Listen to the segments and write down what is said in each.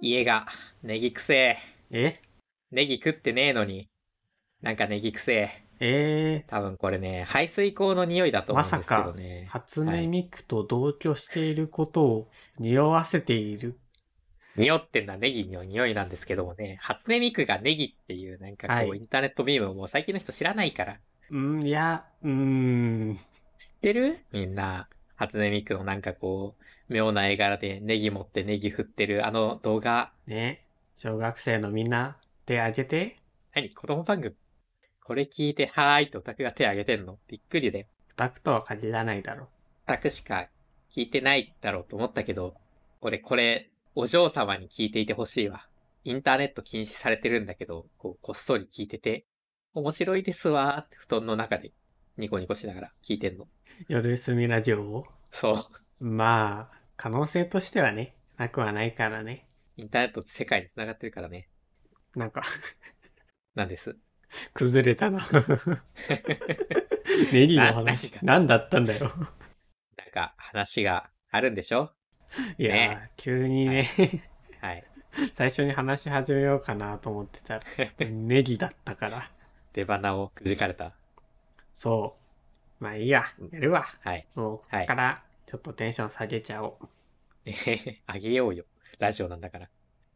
家が、ネギくせえ。えネギ食ってねえのに。なんかネギくせえ。え多分これね、排水口の匂いだと思うんですけどねー、。初音ミクと同居していることを匂わせている。匂ってんだネギの匂いなんですけどもね、初音ミクがネギっていうなんかこう、はいインターネットビームをもう最近の人知らないから。うん、いや、うーん。知ってるみんな、初音ミクのなんかこう、妙な絵柄でネギ持ってネギ振ってるあの動画。ね。小学生のみんな、手あげて。何子供番組これ聞いて、はーいとオタクが手挙げてんのびっくりで。オタクとは限らないだろオタクしか聞いてないだろうと思ったけど、俺これ、お嬢様に聞いていてほしいわ。インターネット禁止されてるんだけど、こう、こっそり聞いてて、面白いですわーって布団の中でニコニコしながら聞いてんの。う。夜休みラジオを。そう。まあ、可能性としてはね、なくはないからね。インターネットって世界に繋がってるからね。なんか、 なんです。崩れ たな。ネギのな何話か、何だったんだなよ。んか話があるんでしょいやー、ね急にね、はい。 最初に話し始めようかなと思ってたら、ネギだったから。出花をくじかれた。そう。まあいいや、やるわ。はい。 もう、こはっいから、ちょっとテンション下げちゃおう。えへへあげようよ。ラジオなんだから。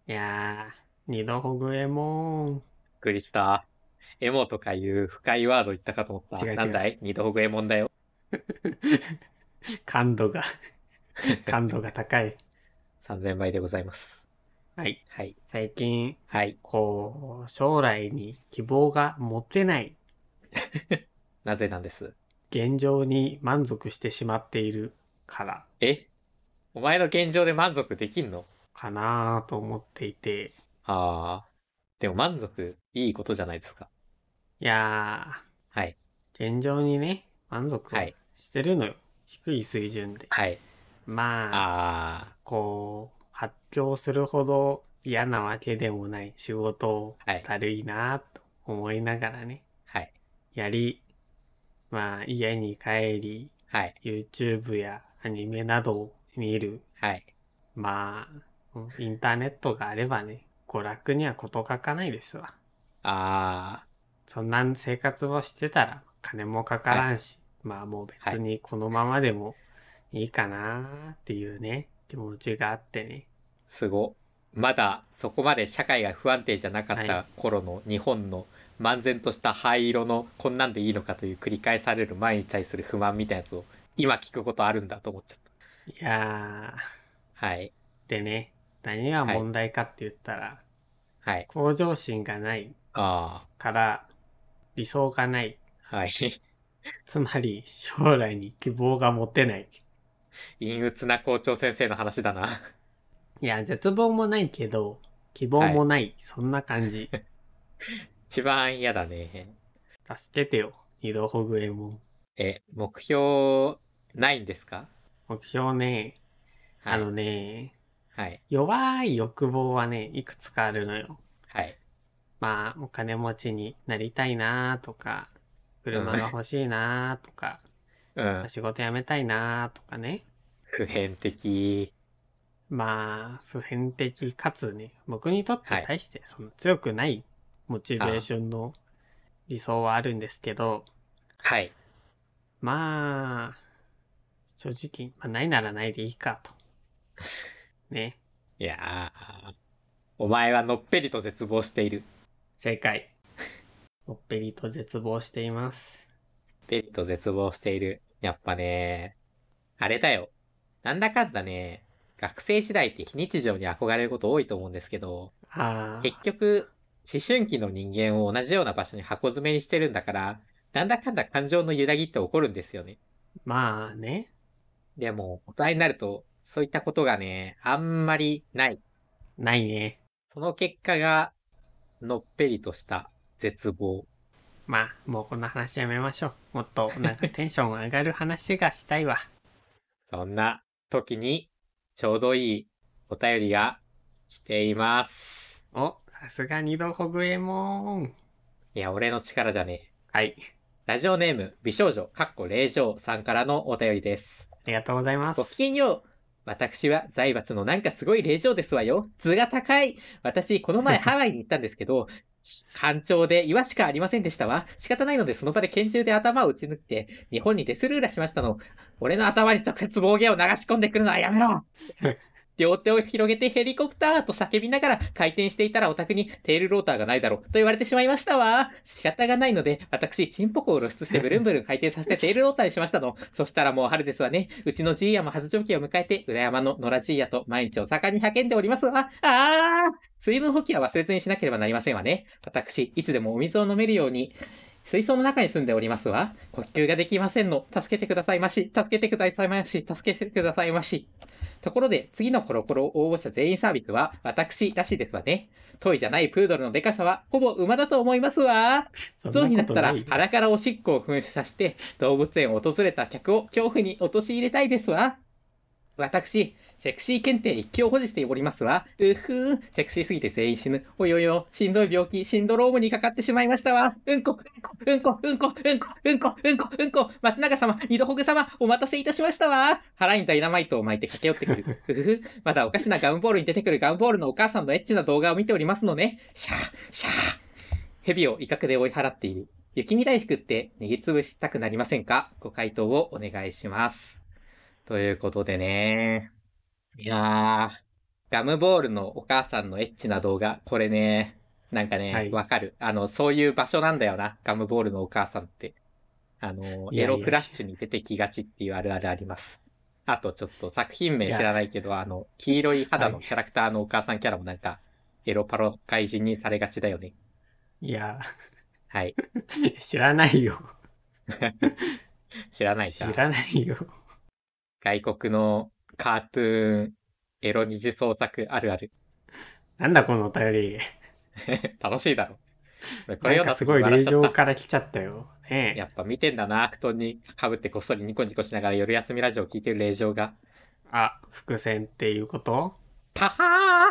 びっい、やー、二度ほぐえもん。くりした。エモとかいう深いワード言ったかと思った。違う違うなんだい二度ほぐえもんだよ。感度 が、感度が高い。 3000倍でございます。はい。はい。最近、はい。こう、将来に希望が持てないなぜなんです現状に満足してしまっているからえお前の現状で満足できんのかなと思っていて、ああ。でも満足、いいことじゃないですか。いやはい。ー、現状にね、満足はいしてるのよ。低い水準で。はい。まあ、あこう、発狂するほど嫌なわけでもない仕事をはいだるいなと思いながらね、あ。はい。やり、まあ、家に帰り、はい。 YouTube やアニメなどを見るはい。まあ、インターネットがあればね、娯楽には事欠かないですわ。ああ。そんな生活をしてたら金もかからんし、まあもう別にこのままでもいいかなっていうね、気持ちがあってね。すご。まだそこまで社会が不安定じゃなかっはた頃の日本の漫然とした灰色のこんなんでいいのかという繰り返される前に対する不満みたいなやつを今聞くことあるんだと思っちゃっいやた。はい。ー、でね、何が問題かって言ったら、はい。向上心がないあから理想がない。あ。はい。つまり将来に希望が持てない。陰鬱な校長先生の話だな。 いや、絶望もないけど、希望もない、そんな感じ。 一番嫌だね。助けてよ、二度ほぐえもん。え、目標ないんですか目標ね、はあいの。ね、はい。弱い欲望はね、いくつかあるのよ。はい。まあ、お金持ちになりたいなとか、車が欲しいなとか、うん。仕事辞めたいなとかね。普遍的。まあ、普遍的かつね、僕にとっはてい大してその強くないモチベーションの理想はあるんですけど、はい。まあ、正直、まあ、ないならないでいいか と。ね、いやーお前はのっぺりと絶望している。正解。のっぺりと絶望しています。ペット絶望している。やっぱね、あれだよ。なんだかんだね、学生時代って非日常に憧れること多いと思うんですけど、あ結局、思春期の人間を同じような場所に箱詰めにしてるんだから、なんだかんだ感情の揺らぎって起こるんですよね。あ、まあね。でも、大人になると、そういったことがね、あんまりない。ないね。その結果が、のっぺりとした絶望。まあ、もうこの話やめましょう。もっと、なんかテンション上がる話がしたいわ。そんな時に、ちょうどいいお便りが来ています。お、さすが二度ほぐえもん。いや、俺の力じゃねえ。はい。ラジオネーム、美少女、かっこ霊嬢さんからのお便りです。ありがとうございまごす。きげんよう。私は財閥のなんかすごい令嬢ですわよ。図が高い。私、この 前ハワイに行ったんですけど、干潮で岩しかありませんでしたわ。仕方ないのでその場で拳銃で頭を打ち抜いて、日本にデスルーラしましたの。俺の頭に直接暴言を流し込んでくるのはやめろ両手を広げてヘリコプターと叫びながら回転していたらお宅にテールローターがないだろうと言われてしまいましたわ。仕方がないので、私、チンポコを露出してブルンブルン回転させてテールローターにしましたの。そしたらもう春ですわね。うちのじいやも初上期を迎えて、裏山の野良じいやと毎日お盛んに叫んでおりますわ。あー水分補給は忘れずにしなければなりませんわね。私、いつでもお水を飲めるように、水槽の中に住んでおりますわ。呼吸ができませんの。助けてくださいまし。助けてくださいまし。助けてくださいまし。ところで、次のコロコロ応募者全員サービスは、私らしいですわね。トイじゃないプードルのデカさは、ほぼ馬だと思いますわ。そうになったらそんことない鼻からおしっこを噴射させて動物園を訪れた客を恐怖に陥れたいですわ。私、セクシー検定一級を保持しておりますわ。うふう、セクシーすぎて全員死ぬ。およよ、しんどい病気、シンドロームにかかってしまいましたわ。うんこ、うんこ、うんこ、うんこ、うんこ、うんこ、うんこ、松永様、二度ほぐ様、お待たせいたしましたわ。腹にダイナマイトを巻いて駆け寄ってく る。うふふ、まだおかしなガンボールに出てくるガンボールのお母さんのエッチな動画を見ておりますのね。シャー、シャー。蛇を威嚇で追い払っている。雪見大福って握りつぶしたくなりませんかご回答をお願いします。ということでね。いやー、ガムボールのお母さんのエッチな動画、これね、なんかはねい、わ、かる。あの、そういう場所なんだよな、ガムボールのお母さんって。あの、いやエいやロフラッシュに出てきがちっていうあるあるあります。あとちょっと作品名知らないけど、あの、黄色い肌のキャラクターのお母さんキャラもなんか、エロパロ怪人にされがちだよね。いや、はい。知らないよ。知らない知か。らないよ。外国のカートゥーン、エロ二次創作あるあ る。なんだこのお便り。楽しいだろ。こなんかだすごい笑令っちゃ場ったから来ちゃったよ。ねえやっぱ見てんだな、布団に被ってこっそりニコニコしながら夜休みラジオ聞いてる令嬢が。あ、伏線っていうことたは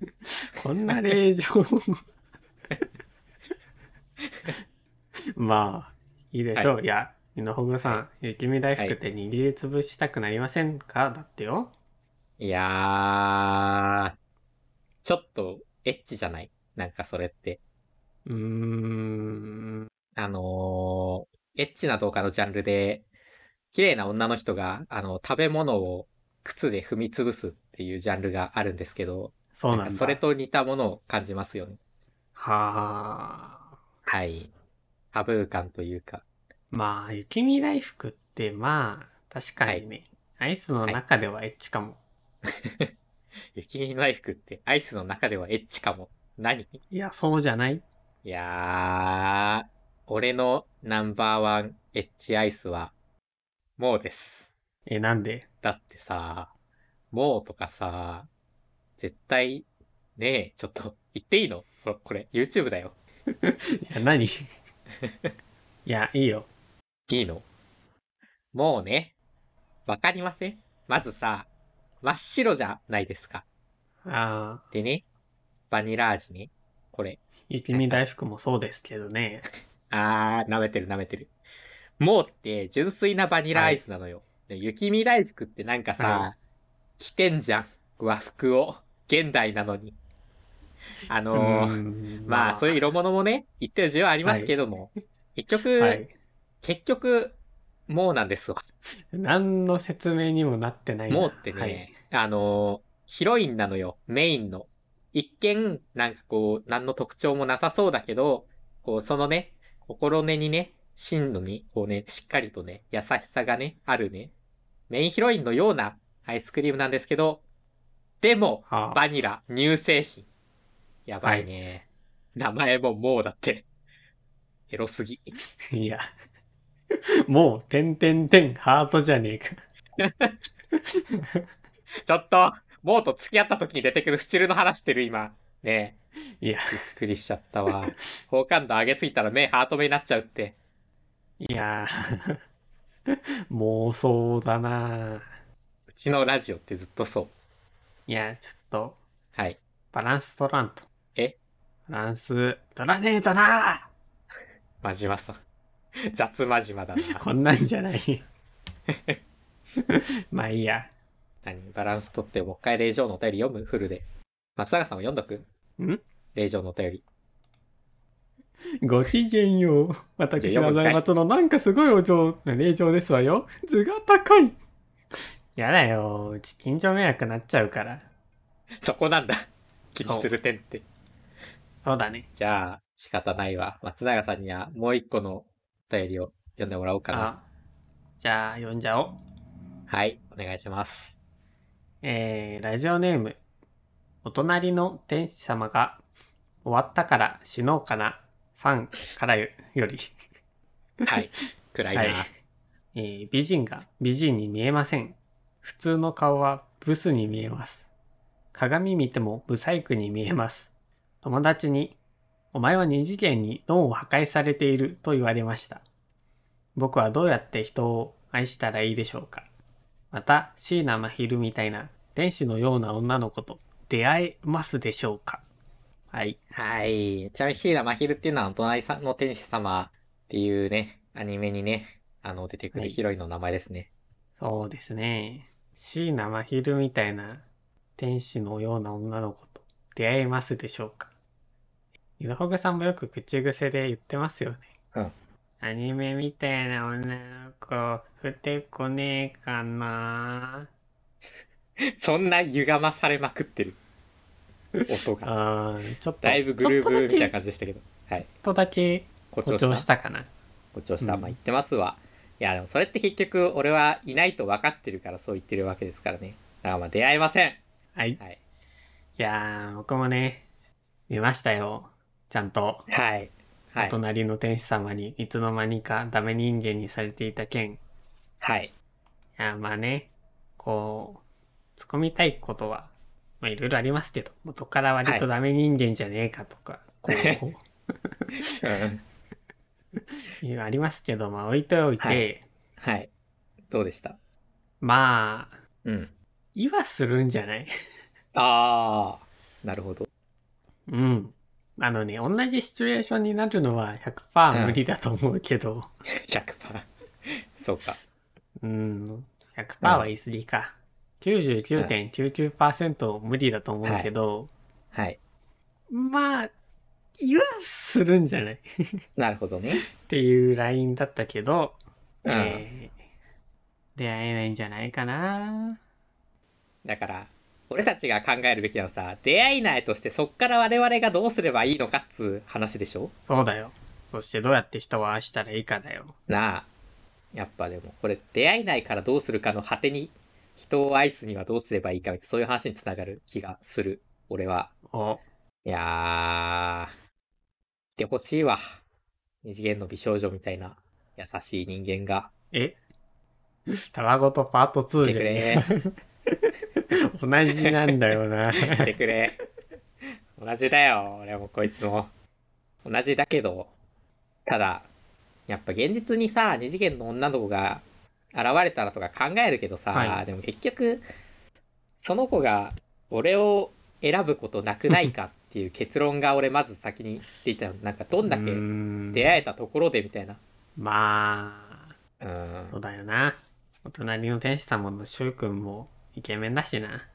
ーこんな令状。 まあ、いいでしょう。い、や、井のほぐさん、雪見大福って握りつぶしたくなりませんか、だってよ。いやー、ちょっとエッチじゃないなんかそれって。うーん。あのー、エッチな動画のジャンルで、綺麗な女の人が、あの、食べ物を靴で踏み潰すっていうジャンルがあるんですけど、そうなんなんだ。かそれと似たものを感じますよね。はあ。はい。タブー感というか。まあ、雪見大福って、まあ、確かにね、アイスの中ではエッチかも。雪見大福ってアイスの中ではエッチかも。何いい、や、そうじゃないやー、俺のナンバーワンエッチアイスは、もうです。え、なんでだってさ、もうとかさ、絶対、ねえ、ちょっと、言っていいのこれ、これ YouTube だよ。いや、何 いや、いいよ。いいのもうね、わかりませんまずさ、真っ白じゃないですか。ああ、でね、バニラ味ね、これ、雪見大福もそうですけど ね。あー、舐めてる舐めてる。もうって純粋なバニラアイスなのよ。で雪見大福ってなんかはさ、着てんじゃん。和服を。現代なのに。あうのーーんまあ、そういう色物もね、一定需要ありますけども、結局、はい。結局、もうなんですわ。何の説明にもなってないな。もうってね、はいあのーヒロインなのよ、メインの。一見、なんかこう、何の特徴もなさそうだけど、こう、そのね、心根にね、真のに、こうね、しっかりとね、優しさがね、あるね、メインヒロインのようなアイスクリームなんですけど、でも、はあバニラ、乳製品。やばいね。名前ももうだって。エロすぎ。いや。もう、てんてんてん、ハートじゃねえか。ちょっと、もうと付き合った時に出てくるスチルの話してる今。ねえ。いや、びっくりしちゃったわ。好感度上げすぎたら目ハート目になっちゃうって。いや、 妄想だな。うちのラジオってずっとそう。いや、ちょっと、はい。バランス取らんと。えバランス取らねえとな真島さん。 雑真島だな。こんなんじゃない。まあいいや。何バランス取って、もう一回令状のお便り読むフルで。松永さんも読んどくん令状のお便り。ごきげんよう。私は財閥のなんかすごいお嬢、令嬢ですわよ。図が高い。やだよ。うち近所迷惑なっちゃうから。そこなんだ。気にする点って。そうだね。じゃあ、仕方ないわ。松永さんにはもう一個のお便りを読んでもらおうかな。あ、じゃあ読んじゃおう。はい、お願いします。えー、ラジオネーム。お隣の天使様が終わったから死のうかな。さんからよより。 はい、暗いな。はいえー美人が美人に見えません。普通の顔はブスに見えます。鏡見てもブサイクに見えます。友達に、お前は二次元に脳を破壊されていると言われました。僕はどうやって人を愛したらいいでしょうか。また、椎名真昼みたいな天使のような女の子と出会えますでしょうか。はい。はい。ちなみにシーラ・マヒルっていうのは、お隣さんの天使様っていうね、アニメにね、あの、出てくはるいヒロインの名前ですね。 そうですね。椎名真昼みたいな天使のような女の子と出会えますでしょうか井戸ほぐさんもよく口癖で言ってますよね。うんアニメみたいな女の子降ってこねえかなそんな歪まされまくってる。音が。あーちょっと、だいぶグルーブみたいなちょっ感じでしたけど。はい。とだけ誇誇張張し。したたかな。誇張した。うんまあ言ってますわ。いや、でもそれって結局、俺はいないと分かってるからそう言ってるわけですからね。だからまあ出会えません。はい。はい。いやー、僕もね、見ましたよ。ちゃんと。はい。はおい。隣の天使様にいつの間にかダメ人間にされていた件。はい。いや、まあね、こう、突っ込みたいことは、まあいろいろありますけど、元から割とダメ人間じゃねえかとか、こうんう、いうありますけど、まあ置いておいて、ははい。どうでしたまあ、うん。いはするんじゃない ああ。なるほど。うん。あのね、同じシチュエーションになるのは100%無理だと思うけど、 100%。そうか。うん、100%は言い過ぎか。99.99%無理だと思うけど、はい。まあ、いはするんじゃないなるほどね。っていうラインだったけど、うんえー出会えないんじゃないかなだから、俺たちが考えるべきなのさ、出会いないとしてそっから我々がどうすればいいのかっつう話でしょそうだよそしてどうやって人を愛したらいいかだよなあ。やっぱでも、これ出会いないからどうするかの果てに、人を愛すにはどうすればいいかみたいな、そういう話につながる気がする。俺は。おいやー、いてほしいわ。二次元の美少女みたいな優しい人間が。え たわごとパートいて2じくゃれねえ同じなんだ よなやってくれ。同じだよ、俺もこいつも。同じだけど、ただ、やっぱ現実にさ、二次元の女の子が現れたらとか考えるけどさ、はいでも結局、その子が俺を選ぶことなくないかっていう結論が俺まず先に出ちゃう。なんかどんだうけーん出会えたところでみたいな。まあうん。そうだよなお隣の天使様のしゅうくんもイケメンだしな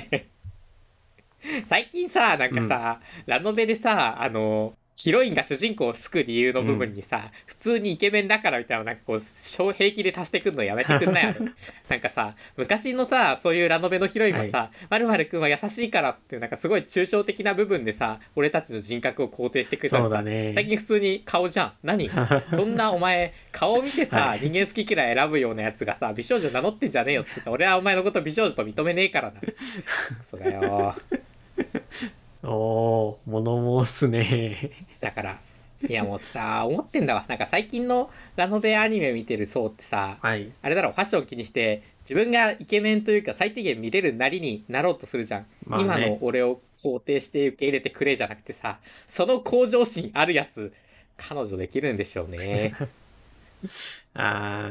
最近さ、なんかさ、ラノベでさ、あの、ヒロインが主人公を救う理由の部分にさ、普通にイケメンだからみたいな、なんかこう、小平気で足してくんのやめてくんないよ。 なんかさ、昔のさ、そういうラノベのヒロインはさ、まるまるくんは優しいからっていう、なんかすごい抽象的な部分でさ、俺たちの人格を肯定してくれたそらうださ、最ね近普通に顔じゃん。何そんなお前、顔見てさ、は人間好き嫌い選ぶようなやつがさ、美少女名乗ってんじゃねえよっつうか、俺はお前のこと美少女と認めねえからな。そうだよ。おおー物申すね だから、いやもうさ、思ってんだわ。なんか最近のラノベアニメ見てる層ってさ、はいあれだろ、ファッション気にして、自分がイケメンというか最低限見れるなりになろうとするじゃん。まあね今の俺を肯定して受け入れてくれじゃなくてさ、その向上心あるやつ、彼女できるんでしょうね。あ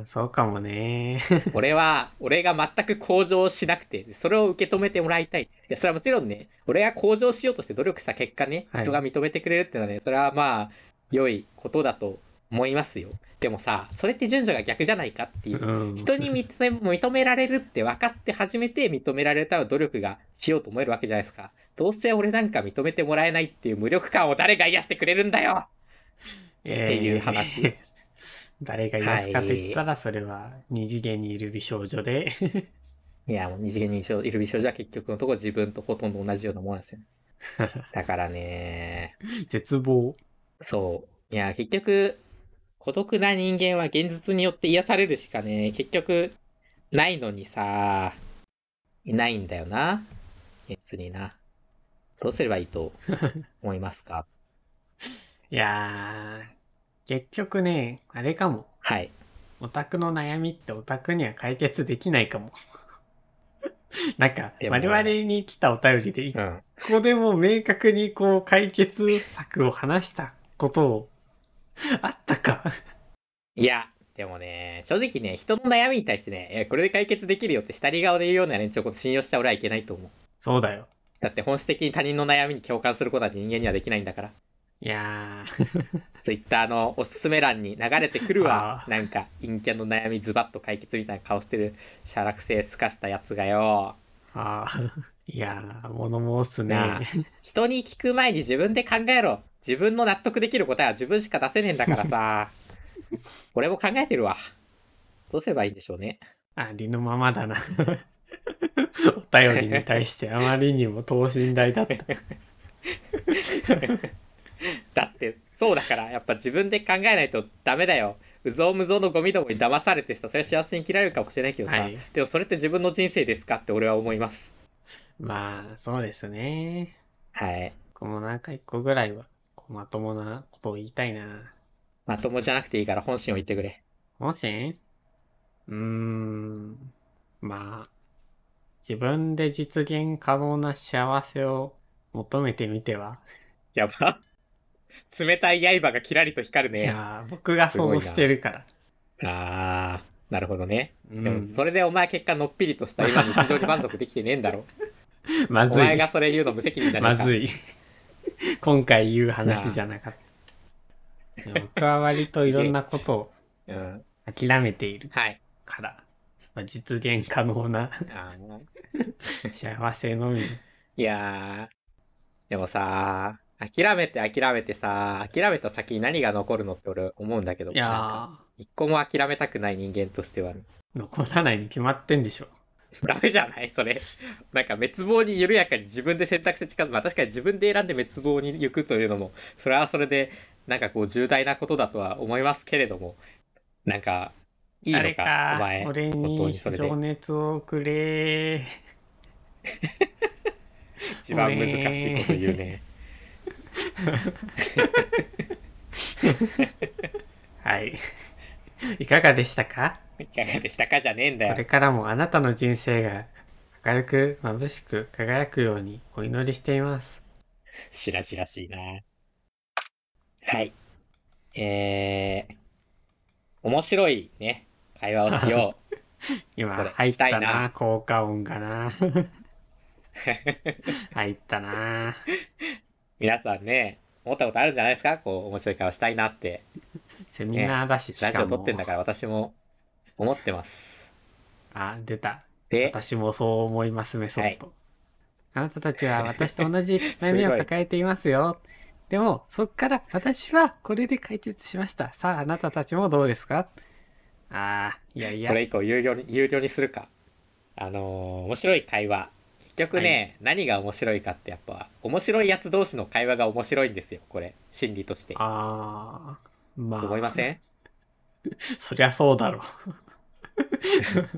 ーそうかもね 俺は、俺が全く向上しなくて、それを受け止めてもらいたい。いや、それはもちろんね、俺が向上しようとして努力した結果ね、はい人が認めてくれるっていうのはね、それはまあ、良いことだと思いますよ。でもさ、それって順序が逆じゃないかっていう。うん人に認め認められるって分かって初めて認められるための努力がしようと思えるわけじゃないですか。どうせ俺なんか認めてもらえないっていう無力感を誰が癒してくれるんだよっていう話。 誰が癒すかと言ったら、それは二次元にいる美少女 で、いや、もう二次元にいる美少女は結局のところ自分とほとんど同じようなもんなんですよね。だからね、絶望。そう。いや、結局、孤独な人間は現実によって癒されるしかね、結局、ないのにさ、いないんだよな。別にな。どうすればいいと思いますかいやー、結局ね、あれかも。はい。オタクの悩みってオタクには解決できないかも。 なんか、でも我々に来たお便りで一うん。個でも明確にこう解決策を話したことを、あったか。いや、でもね、正直ね、人の悩みに対してね、いやこれで解決できるよって下り顔で言うような連中を信用しちゃ俺はいけないと思う。そうだよ。だって本質的に他人の悩みに共感することは人間にはできないんだから。いやー、ツイッターのおすすめ欄に流れてくるわあ。ーなんか、陰キャの悩みズバッと解決みたいな顔してる、シャラクセすかしたやつがよ。あーいやー、物申すなあね。人に聞く前に自分で考えろ。自分の納得できる答えは自分しか出せねえんだから さ。俺も考えてるわ。どうすればいいんでしょうね。ありのままだな。お便りに対してあまりにも等身大 だった。だって、そうだから、やっぱ自分で考えないとダメだよ。うぞうむぞうのゴミどもに騙されてさ、それは幸せに切られるかもしれないけどさ、はいでもそれって自分の人生ですかって俺は思います。まあ、そうですね。はい。このなんか一個ぐらいは、こうまともなことを言いたいな。まともじゃなくていいから本心を言ってくれ。もしうーん。まあ、自分で実現可能な幸せを求めてみては。やば。冷たい刃がキラリと光るいね。あやー、僕がそうしてるから。あー、なるほどね。うでもん、それでお前結果のっぴりとした今日常に満足できてねえん だろ。まおず前いが。それ言うの無責任じゃねえまか。ずい。 今回言う話じゃなかった。僕は割といろんなことをうん。諦めているはい。から、まあ実現可能なあー幸せのみ。 いやー、でもさー、諦めて諦めてさー、諦めた先に何が残るのって俺思うんだけど、いなんかや一個も諦めたくない人間としては、ー、残らないに決まってんでしょ。ダメじゃないそれ。 なんか滅亡に緩やかに自分で選択肢近づく。まあ確かに自分で選んで滅亡に行くというのも、それはそれで、なんかこう重大なことだとは思いますけれども、なんか、いいあれのか、お前。俺本当ににそれで情熱をくれ。一番難しいこと言うね。はい。 いかがでしたか いかがでしたかじゃねえんだこよれ。からもあなたの人生が明るく眩しく輝くようにお祈りしています。しらしらしいな。はい。えー、面白いね、会話をしよ う。今これ入っしたたいなな効果音 がな入ったな皆さんね、思ったことあるんじゃないですかこう、面白い会話したいなって。セミナーだし、ラしジかオも撮ってんだから私も思ってます。あ出たで、私もそう思いますメソッド、あなたたち は私と同じ悩みすをごい抱えていますよでもそっから私はこれで解決しましたさああなたたちもどうですかあーいやいやこれ以降有料に、有料にするか。あのー面白い会話。結局ね、何が面白いかってやっぱ、面白いやつ同士の会話が面白いんですよ、これ。心理として。あーまそう思いまあせんそりゃそうだろう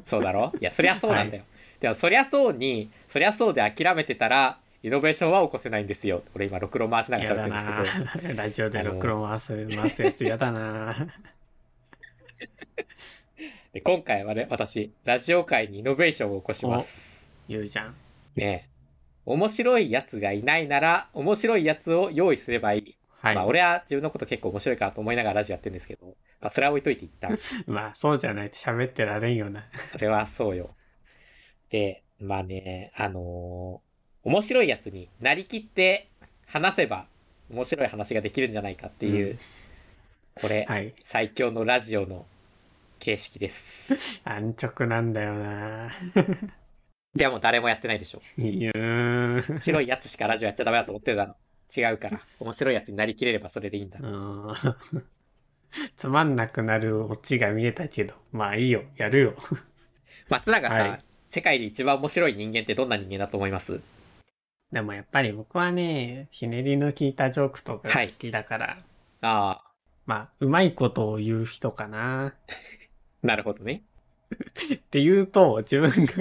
そうだろいや、そりゃそうなんだよ。でも、そりゃそうに、そりゃそうで諦めてたら、イノベーションは起こせないんですよ。俺今、ろくろ回しながら喋ってるやだんなですけど。ラジオでろくろ回す回 すやつやだなで今回はね、私、ラジオ界にイノベーションを起こします。言うじゃんねえ。面白いやつがいないなら、面白いやつを用意すればいい。はい、まあ、俺は自分のこと結構面白いかなと思いながらラジオやってるんですけど、まあ、それは置いといて一旦。まあそうじゃないと喋ってられんよな。それはそうよ。で、まあね、あのー面白いやつになりきって話せば面白い話ができるんじゃないかっていう、うんこれ、はい。最強のラジオの形式です。 安直なんだよなでも誰もやってないでしょ。いやー面白いやつしかラジオやっちゃダメだと思ってたの。違うから。面白いやつになりきれればそれでいいんだう。ーんつまんなくなるオチが見えたけど、まあいいよ、やるよ。松永さん、はい世界で一番面白い人間ってどんな人間だと思いますでもやっぱり僕はね、ひねりの効いたジョークとかがはい好きだから、ああ、まあ、うまいことを言う人かな。なるほどね。って言うと、自分が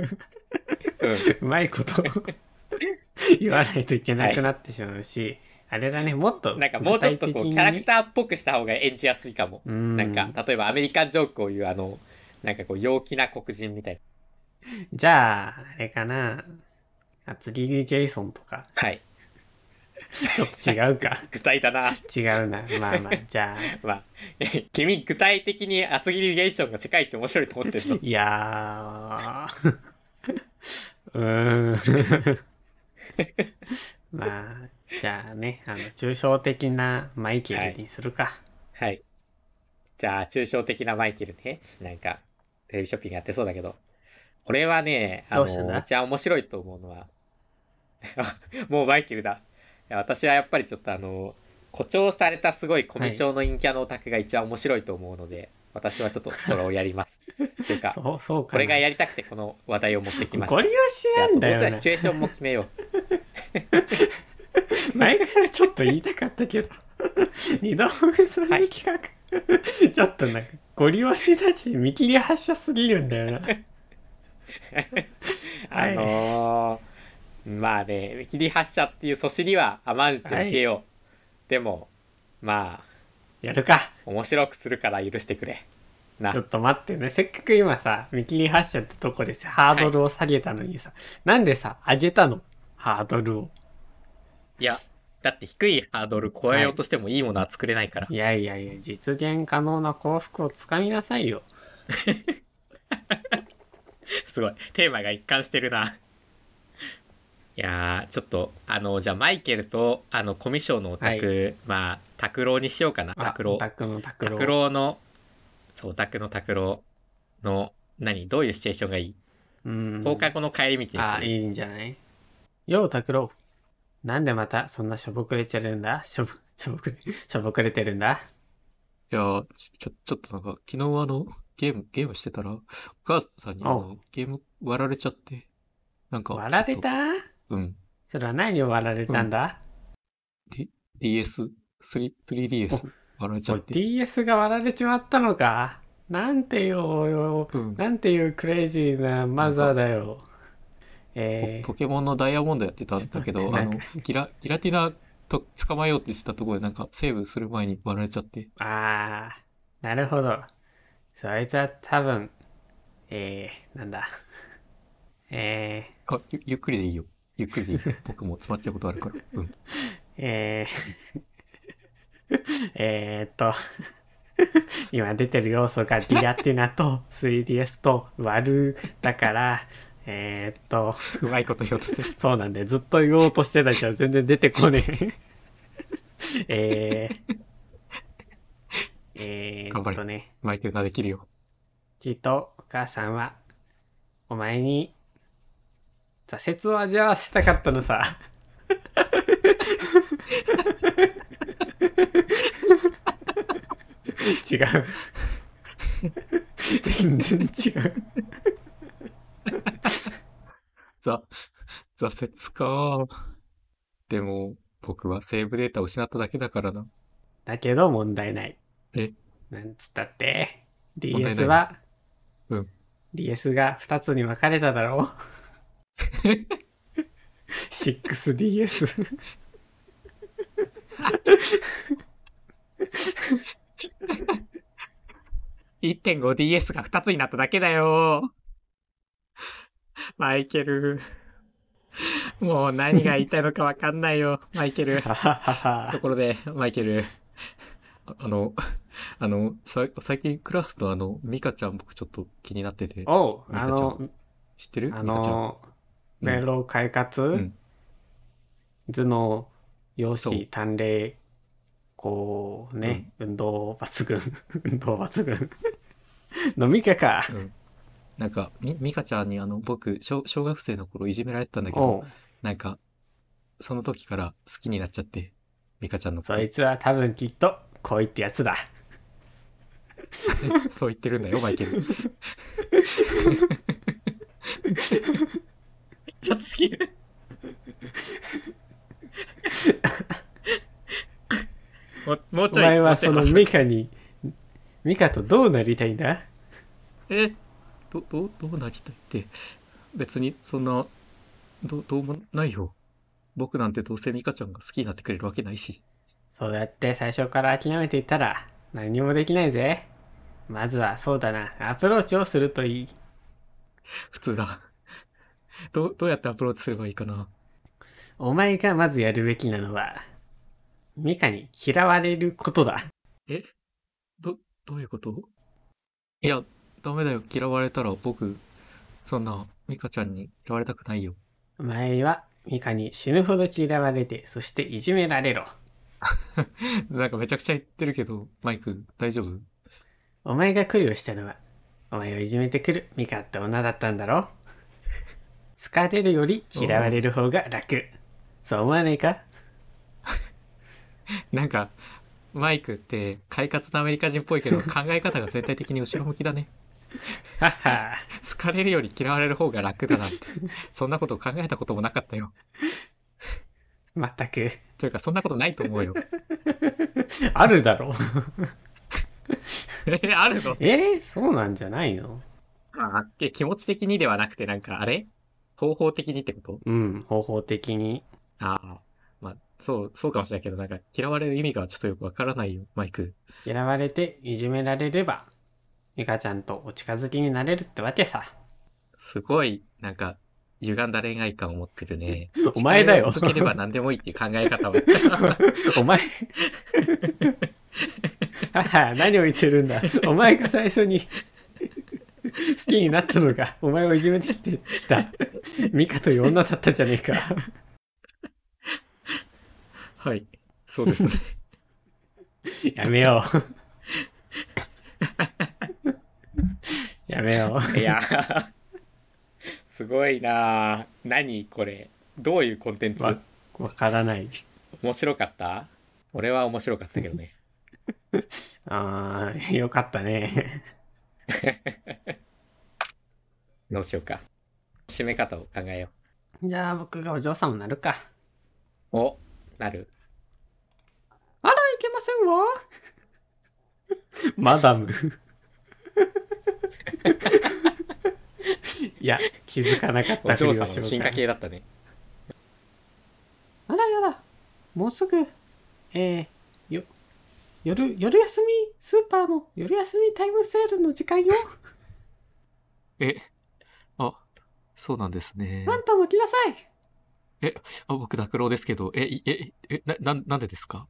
う ん。うまいことを 言わないといけなくなってしまうし、あれだね、もっとなんかもうちょっとこう、キャラクー、ターっぽくした方が演じやすいかも。うなんか、例えばアメリカンジョークを言うあの、なんかこう、陽気な黒人みたいな。じゃあ、あれかな。厚切りジェイソンとか、はい。ちょっと違う か。具体だな。違うな。まあまあ、じゃあ。まあ、 君具体的に厚切りゲーションが世界一面白いと思って るのいやー。う ーん。まあ、じゃあね、あの、抽象的なマイケルにするか。はい。じゃあ、抽象的なマイケルね。なんか、テレビショッピングやってそうだけど。俺はね、あどうしたんだの、一番面白いと思うのは、 もうマイケルだ。いや私はやっぱりちょっとあの、誇張されたすごいコミュ障の陰キャのオタクが一番面白いと思うので、私はちょっとそれをやります。っていうか、そう、そうかこな。れがやりたくてこの話題を持ってきました。ゴリ押しなんだであとどうよせなシ。チュエーションも決め よう。前からちょっと言いたかったけど 二度目その企画、ちょっとなんかゴリ押しだし見切り発車すぎるんだよな あはいのー、まあね、見切り発車っていう阻止には甘んじて受けよう。でも、まあ、やるか面白くするから許してくれ。なちょ、っと待ってねせっかく今さ見切り発車ってとこでさハードルを下げたのにさ、なんでさ上げたのハードルをいや、だって低いハードル超えようとしてもいいものは作れないから。いやいやいや実現可能な幸福をつかみなさいよすごい。テーマが一貫してるな。いやー、ちょっと、あの、じゃあ、マイケルと、あの、コミュ障のオタク、まあ、拓郎にしようかな、拓郎。拓の拓郎拓郎の、そう、拓の拓郎の、何どういうシチュエーションがいいうん放課後の帰り道です、ねああ、いいんじゃないよう、拓郎。なんでまたそんなしょぼくれちゃるんだしょぼ、しょぼくれ、しょぼくれてるんだいやー、ちょ、ちょっとなんか、昨日あの、ゲーム、ゲームしてたら、お母さんにあおの、ゲーム割られちゃって、なんか、割られちょったとうん、それは何を割られたんだ、 DS、3、3DS 割られちゃおいって、 ?DS が割られちまったのかなんてよ、うん、なんていうクレイジーなマザーだよ。えポ、ポケモンのダイヤモンドやってたんだけちょっど、とあ待っのて、ギラ、ギラティナと捕まえようってしたところで、なんか、セーブする前に割られちゃって、ー、ああ、なるほど。そいつは多分、えー、なんだ。えー、あ、ゆ、ゆっくりでいいよ。ゆっくりでいいよ。僕も詰まっちゃうことあるから。うん。えー、 えーっと、 今出てる要素がディアティナと 3DS と割るだから、えーっと、うまいこと言おうとしてる。そうなんで、ずっと言おうとしてたけど全然出てこねえ。えー、えーっとね、マイケルができるよ。きっとお母さんは、お前に挫折を味わわせたかったのさ。違う。全然違う。ざ、 挫折か。でも、僕はセーブデータを失っただけだからな。だけど問題ない。えなんつったって、題ない DS は、うん DS が2つに分かれただ ろう ?6DS。 1.5DS が2つになっただけだよ。マイケル。もう何が言いたいのかわかんないよ、マイケル。ははははところで、マイケル。ああの、あの、さ最近クラスのあの、ミカちゃん僕ちょっと気になってて、おう、ミカあちゃんの、知ってるあミカちゃん。の、迷路快活、ん頭脳、容そう姿、端麗、こうね、運動抜群 運動抜群 飲み会かうん。なんか、み、ミカちゃんにあの、僕、小、小学生の頃いじめられてたんだけおど、うなんか、その時から好きになっちゃって、ミカちゃんのことそ、いつは多分きっと恋ってやつだそう言ってるんだよ、マイケル。ちょっとすぎる。もう、もうお前はそのミカにミカとどうなりたいんだえど、どう、どうなりたいって。別に、そんな、どう、どうもないよ。僕なんてどうせミカちゃんが好きになってくれるわけないし。そうやって最初から諦めていたら何にもできないぜまずはそうだなアプローチをするといい普通だ。 どう、どうやってアプローチすればいいかな。お前がまずやるべきなのはミカに嫌われることだえど、どういうこといや、ダメだよ。嫌われたら僕、そんな、ミカちゃんに嫌われたくないよ。 お前はミカに死ぬほど嫌われてそしていじめられろなんかめちゃくちゃ言ってるけど、マイク、大丈夫お前が恋をしたのは、お前をいじめてくるミカって女だったんだろ好かれるより嫌われる方が楽。そう思わないかなんか、マイクって、快活なアメリカ人っぽいけど、考え方が全体的に後ろ向きだね。はっは。好かれるより嫌われる方が楽だなんて、 そんなことを考えたこともなかったよ。まったく。というか、そんなことないと思うよ。 あるだろえ、あるのえー、そうなんじゃないのあえ気持ち的にではなくて、なんか、あれ方法的にってことうん、方法的に。ああ、まあ、そう、そうかもしれないけど、なんか、嫌われる意味がちょっとよくわからないよ、マイク。嫌われていじめられれば、ミカちゃんとお近づきになれるってわけさ。すごい、なんか、歪んだ恋愛観を持って るね。お前だよ力を続ければ何でもいいっていう考え方は。 お前はは何を言ってるんだお前が最初に好きになったのがお前をいじめてきてきたミカという女だったじゃねえかはい。そうですね。やめようやめよういや、すごいなあ何これ。どういうコンテンツわわからない面白かった俺は面白かったけどね。あーよかったねどうしようか。締め方を考えよじゃあ僕がお嬢様になるかう。お、なる。あらいけませんわマダムいや気づかなかっおたふり嬢を様しのよう進か化系だったね。あらやだもうすぐえー、よ夜夜休みスーパーの夜休みタイムセールの時間よえ、あ、そうなんですね。マントも着なさいあ僕、拓郎ですけど、え、いえ、え、な、ななんでですか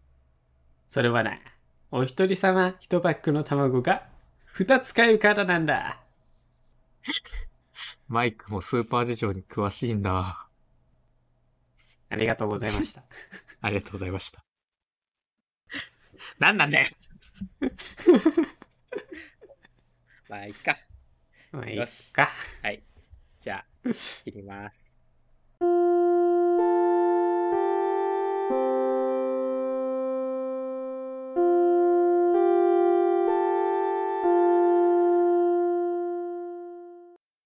それはなお一人様一パックの卵が2つ買えるからなんだマイクもスーパー事情に詳しいんだ。ありがとうございましたありがとうございました。なんなんだよまあ、いっか。まあいよいしかじゃあ、切ります。